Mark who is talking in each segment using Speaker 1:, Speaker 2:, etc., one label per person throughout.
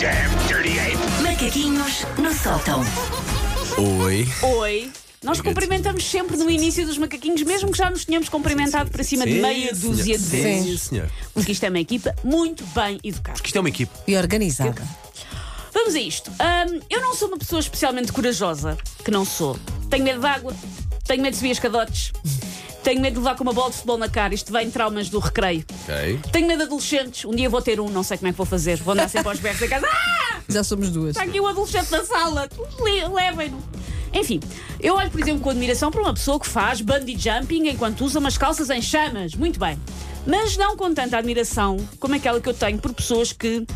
Speaker 1: damn dirty ape!
Speaker 2: Macaquinhos no sótão.
Speaker 3: Oi.
Speaker 4: Oi. Nós cumprimentamos sempre no início dos macaquinhos, mesmo que já nos tenhamos cumprimentado para cima de meia dúzia de
Speaker 3: vezes. Sim,
Speaker 4: vezes.
Speaker 3: senhor.
Speaker 4: Porque isto é uma equipa muito bem educada.
Speaker 3: Porque isto é uma equipe.
Speaker 5: E organizada.
Speaker 4: Vamos a isto. Ahm, eu não sou uma pessoa especialmente corajosa, que não sou. Tenho medo de água, tenho medo de subir escadotes, tenho medo de levar com uma bola de futebol na cara. Isto vem de traumas do recreio.
Speaker 3: Ok.
Speaker 4: Tenho medo de adolescentes. Um dia vou ter um, não sei como é que vou fazer. Vou andar sempre aos berros em casa. Ah!
Speaker 5: Já somos duas.
Speaker 4: Está aqui o adolescente na sala, Le- levem-no. Enfim, eu olho, por exemplo, com admiração para uma pessoa que faz bungee jumping enquanto usa umas calças em chamas. Muito bem. Mas não com tanta admiração como aquela que eu tenho por pessoas que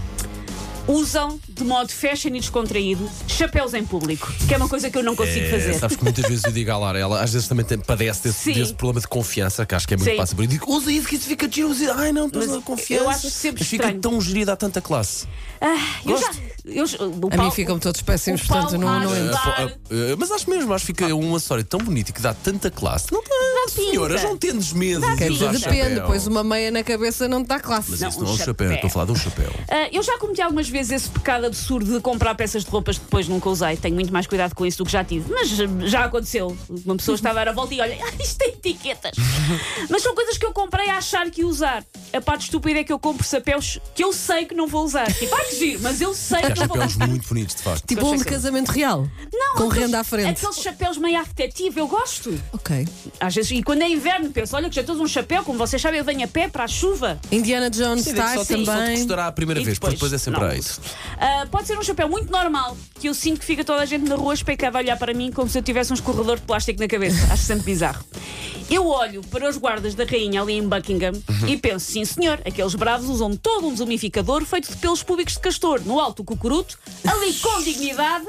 Speaker 4: usam de modo fashion e descontraído chapéus em público, que é uma coisa que eu não consigo
Speaker 3: É,
Speaker 4: fazer.
Speaker 3: sabes que muitas vezes eu digo à Lara, ela às vezes também tem, padece desse,
Speaker 4: Sim.
Speaker 3: desse problema de confiança, que acho que é muito
Speaker 4: Sim.
Speaker 3: fácil. Eu digo, usa isso que isso fica giro, usa isso. Ai não,
Speaker 4: Mas
Speaker 3: mas a confiança.
Speaker 4: eu acho sempre
Speaker 3: Mas fica
Speaker 4: estranho.
Speaker 3: tão gerida a tanta classe.
Speaker 4: Ah, eu já.
Speaker 3: Gosto.
Speaker 4: Eu, já- o
Speaker 5: A
Speaker 4: Paulo-
Speaker 5: mim ficam todos
Speaker 4: o
Speaker 5: péssimos, portanto,
Speaker 4: Paulo
Speaker 5: não, não
Speaker 4: Mas
Speaker 3: Ah,
Speaker 5: entra.
Speaker 4: Arjo.
Speaker 3: fo-
Speaker 4: claro.
Speaker 3: ah, ah, mas acho mesmo, acho que fica um acessório tão bonito e que dá tanta classe. Não, senhoras,
Speaker 4: pinta.
Speaker 3: não tendes medo.
Speaker 5: Quer
Speaker 3: de
Speaker 5: dizer,
Speaker 3: usar
Speaker 5: depende,
Speaker 3: É, chapéu.
Speaker 5: pois uma meia na cabeça não está classe.
Speaker 3: Mas
Speaker 4: Não,
Speaker 3: isso não
Speaker 4: um
Speaker 3: é um chapéu,
Speaker 4: chapéu.
Speaker 3: eu estou a falar de um chapéu.
Speaker 4: Ah, eu já cometi algumas vezes esse pecado absurdo de comprar peças de roupas que depois nunca usei. Tenho muito mais cuidado com isso do que já tive. Mas ah, já aconteceu. Uma pessoa estava à volta e olha, "Ah, isto tem etiquetas. Mas são coisas que eu comprei a achar que ia usar. A parte estúpida é que eu compro chapéus que eu sei que não vou usar. Tipo, ah, que giro, mas eu sei
Speaker 3: Há
Speaker 4: que não vou
Speaker 3: chapéus
Speaker 4: usar.
Speaker 3: muito bonitos, de facto.
Speaker 5: Tipo um de
Speaker 4: Aqueles-
Speaker 5: casamento real.
Speaker 4: Não,
Speaker 5: Com
Speaker 4: aqueles-
Speaker 5: renda
Speaker 3: é
Speaker 5: à frente.
Speaker 4: Aqueles chapéus meio afetivo, eu gosto.
Speaker 5: Ok.
Speaker 4: Às vezes, e quando é inverno, penso, olha que já todos um chapéu, como vocês sabem, eu venho a pé para a chuva.
Speaker 5: Indiana Jones
Speaker 3: Sim, é que
Speaker 5: está
Speaker 3: só te- Só te
Speaker 5: também.
Speaker 3: custará a primeira
Speaker 4: E
Speaker 3: vez, porque depois é sempre
Speaker 4: não
Speaker 3: a
Speaker 4: uso.
Speaker 3: isso.
Speaker 4: Ah, pode ser um chapéu muito normal, que eu sinto que fica toda a gente na rua especada a olhar para mim como se eu tivesse um escorredor de plástico na cabeça. Acho sempre bizarro. Eu olho para os guardas da rainha ali em Buckingham
Speaker 3: Uhum.
Speaker 4: e penso, sim senhor, aqueles bravos usam todo um desumificador feito de pelos públicos de castor, no alto do cucuruto, ali com dignidade.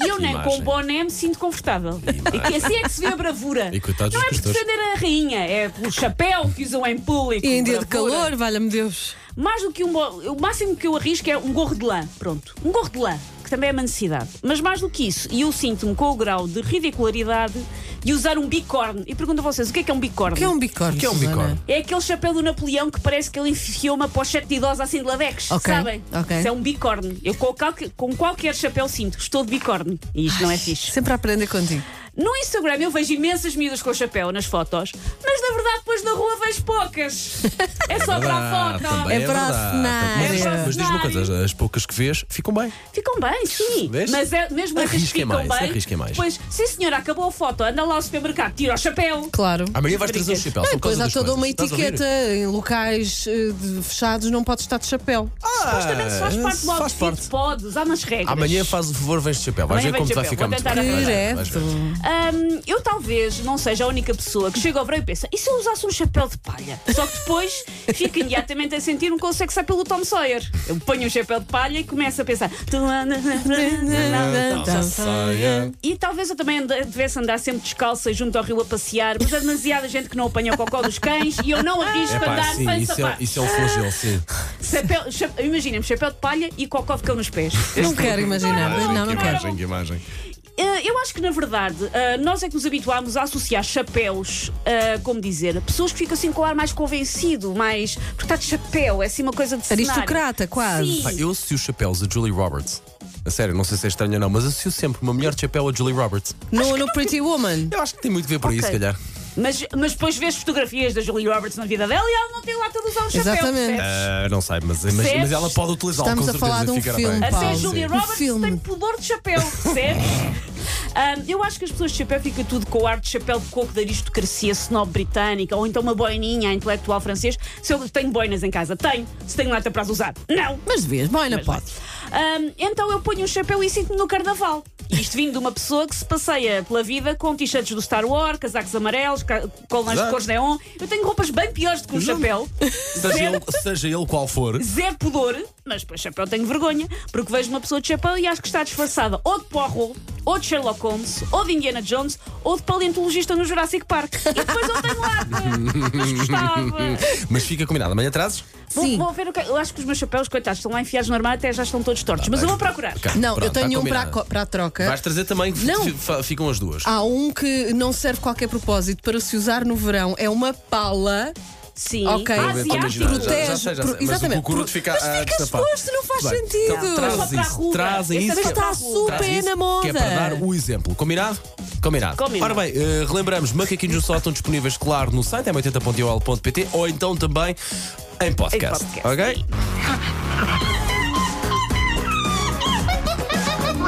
Speaker 4: E eu
Speaker 3: Que
Speaker 4: nem com
Speaker 3: imagem.
Speaker 4: o boné me sinto confortável. E que assim é que se vê a bravura.
Speaker 3: E coitados
Speaker 4: Não
Speaker 3: dos
Speaker 4: é por
Speaker 3: castores.
Speaker 4: defender a rainha, é pelo chapéu que usam em público.
Speaker 5: E em dia de
Speaker 4: Bravura.
Speaker 5: calor, valha-me Deus.
Speaker 4: Mais do que um. bo- O máximo que eu arrisco é um gorro de lã. Pronto. Um gorro de lã, que também é uma necessidade. Mas mais do que isso, e eu sinto-me com o grau de ridicularidade de usar um bicórnio. E pergunto a vocês, o que é que é um bicórnio?
Speaker 5: O que é um bicórnio?
Speaker 3: O que é um
Speaker 5: Susana?
Speaker 3: bicórnio?
Speaker 4: É aquele chapéu do Napoleão que parece que ele enfiou uma pochete de idosa assim de ladex,
Speaker 5: Ok,
Speaker 4: sabem?
Speaker 5: ok.
Speaker 4: Isso é um bicórnio. Eu com, calque- com qualquer chapéu sinto, estou de bicórnio. E isto não é fixe.
Speaker 5: Sempre a aprender contigo.
Speaker 4: No Instagram eu vejo imensas miúdas com chapéu nas fotos, mas na verdade depois na rua vejo poucas. É só para a
Speaker 3: Verdade,
Speaker 4: foto.
Speaker 3: Ah, também
Speaker 5: É para
Speaker 3: verdade.
Speaker 5: assinar.
Speaker 3: Mas,
Speaker 4: É para
Speaker 3: mas diz-me uma coisa: as poucas que vês ficam bem.
Speaker 4: Ficam bem, sim.
Speaker 3: Vês?
Speaker 4: Mas é, mesmo as que
Speaker 3: Arrisquem
Speaker 4: ficam
Speaker 3: mais,
Speaker 4: bem.
Speaker 3: arrisquem mais.
Speaker 4: Pois, sim senhora, acabou a foto, anda lá ao supermercado, tira o chapéu.
Speaker 5: Claro.
Speaker 3: Amanhã vais trazer um chapéu.
Speaker 5: Ah,
Speaker 3: só por
Speaker 5: depois
Speaker 3: causa
Speaker 5: há
Speaker 3: das
Speaker 5: toda
Speaker 3: coisas.
Speaker 5: uma
Speaker 3: Estás a ouvir?
Speaker 5: etiqueta em locais eh, de- fechados, não pode estar de chapéu.
Speaker 4: Ah,
Speaker 3: Ah,
Speaker 4: Supostamente se faz parte
Speaker 3: faz
Speaker 4: do outfit,
Speaker 3: parte.
Speaker 4: podes, há umas regras.
Speaker 3: Amanhã é faz o favor, vens de chapéu. Vais
Speaker 4: Amanhã
Speaker 3: ver como
Speaker 4: vem de
Speaker 3: te vai
Speaker 4: chapéu,
Speaker 3: ficar
Speaker 4: vou
Speaker 3: muito
Speaker 4: tentar
Speaker 3: bem.
Speaker 4: arranjar.
Speaker 3: Vais
Speaker 5: Direto.
Speaker 3: ver.
Speaker 4: Hum, eu talvez não seja a única pessoa que chega ao verão e pensa, e se eu usasse um chapéu de palha? Só que depois fica imediatamente a sentir um conselho que sai pelo Tom Sawyer. Eu ponho um chapéu de palha e começo a pensar. "Tu andas na- na- na- na-
Speaker 3: Então,
Speaker 4: E talvez eu também ande- devesse andar sempre descalça junto ao rio a passear, mas há demasiada gente que não apanha o cocó dos cães e eu não arrisco
Speaker 3: É pá,
Speaker 4: andar
Speaker 3: sim,
Speaker 4: sem
Speaker 3: isso é,
Speaker 4: sapatos.
Speaker 3: isso é um flagelo, sim.
Speaker 4: Chapéu- chap- Imaginem-me, chapéu de palha e cocó de cão nos pés.
Speaker 5: Não
Speaker 3: tipo
Speaker 5: quero imaginar.
Speaker 4: Não, não,
Speaker 5: Não, não
Speaker 4: não.
Speaker 5: quero.
Speaker 4: imagem,
Speaker 3: que imagem.
Speaker 4: Eh, Eu acho que, na verdade, eh, nós é que nos habituámos a associar chapéus, eh, como dizer, a pessoas que ficam assim com o ar mais convencido, mais. Porque está de chapéu, é assim uma coisa de cenário.
Speaker 5: Aristocrata, quase.
Speaker 4: Sim.
Speaker 3: eu associo os chapéus a Julie Roberts. A sério, não sei se é estranho ou não, mas associo sempre uma mulher de chapéu a Julie Roberts.
Speaker 5: No, no Pretty Woman.
Speaker 3: Eu acho que tem muito a ver por aí,
Speaker 4: Ok.
Speaker 3: se calhar.
Speaker 4: Mas, mas depois vês fotografias da Julie Roberts na vida dela e ela não tem lá todos usar um chapéu.
Speaker 5: Exatamente.
Speaker 4: percebes?
Speaker 3: Ah, não sei, mas, mas,
Speaker 4: Percebes?
Speaker 3: mas ela pode utilizá-lo com
Speaker 5: Estamos a
Speaker 3: certeza.
Speaker 5: falar de um
Speaker 3: ficará
Speaker 5: filme,
Speaker 3: bem.
Speaker 5: pá.
Speaker 4: Até a
Speaker 5: Sim.
Speaker 4: Julia
Speaker 5: Um
Speaker 4: Roberts
Speaker 5: filme.
Speaker 4: tem pudor de chapéu, percebes? Ahm, eu acho que as pessoas de chapéu ficam tudo com o ar de chapéu de coco da aristocracia snob britânica ou então uma boininha intelectual francês. Se eu tenho boinas em casa, tenho. Se tenho lata para as usar, não.
Speaker 5: Mas devias, bom, não
Speaker 4: Mas
Speaker 5: pode.
Speaker 4: Ahm, então eu ponho um chapéu e sinto-me no carnaval. E Isto vindo de uma pessoa que se passeia pela vida com t-shirts do Star Wars, casacos amarelos, ca- colãs de
Speaker 3: Exato.
Speaker 4: cores neon. Eu tenho roupas bem piores do que um
Speaker 3: Exato.
Speaker 4: chapéu.
Speaker 3: Seja ele, seja ele qual for.
Speaker 4: zero pudor, mas para chapéu tenho vergonha, porque vejo uma pessoa de chapéu e acho que está disfarçada ou de Poirot, ou de Sherlock Holmes, ou de Indiana Jones, ou de paleontologista no Jurassic Park. E depois eu tenho lata. é? Mas gostava.
Speaker 3: Mas fica combinado. Amanhã trazes?
Speaker 4: Vou,
Speaker 5: Sim.
Speaker 4: vou ver o que. Eu acho que os meus chapéus, coitados, estão lá enfiados no armário, até já estão todos tortos. mas eu vou procurar.
Speaker 3: Ok,
Speaker 5: Não,
Speaker 3: pronto,
Speaker 5: eu tenho
Speaker 3: tá
Speaker 5: um para a,
Speaker 3: combinado.
Speaker 5: co- para a troca.
Speaker 3: Vais trazer também, que
Speaker 5: Não. Ah,
Speaker 3: fi- fa- ficam as duas.
Speaker 5: Há um que não serve qualquer propósito para se usar no verão. É uma pala
Speaker 4: Sim.
Speaker 5: Ok.
Speaker 3: Para ver se
Speaker 4: Asiático.
Speaker 3: original. Já- já
Speaker 5: Protege,
Speaker 3: sei, já
Speaker 5: pro-
Speaker 3: sei, mas
Speaker 5: exatamente.
Speaker 3: o cucuruto fica
Speaker 5: Mas
Speaker 3: a
Speaker 5: fica
Speaker 3: destapar.
Speaker 5: exposto, não faz
Speaker 3: Bem,
Speaker 5: sentido.
Speaker 3: então
Speaker 4: Mas só
Speaker 3: trazem
Speaker 4: para a
Speaker 3: isso,
Speaker 4: ruga.
Speaker 3: trazem
Speaker 4: Esse
Speaker 3: isso.
Speaker 4: é
Speaker 5: Mas
Speaker 3: que é-
Speaker 5: está super
Speaker 3: Traz isso,
Speaker 5: na moda.
Speaker 3: Que é para dar o exemplo. Combinado? Combinado.
Speaker 4: Combinado.
Speaker 3: Ora bem, eh, relembramos, macaquinhos no sol estão disponíveis, claro, no site m80.ol.pt ou então também em podcast.
Speaker 4: Em podcast.
Speaker 3: Ok?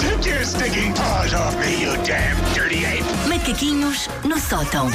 Speaker 1: Take your stinking paws off me, you damn dirty ape!
Speaker 2: Macaquinhos no sótão.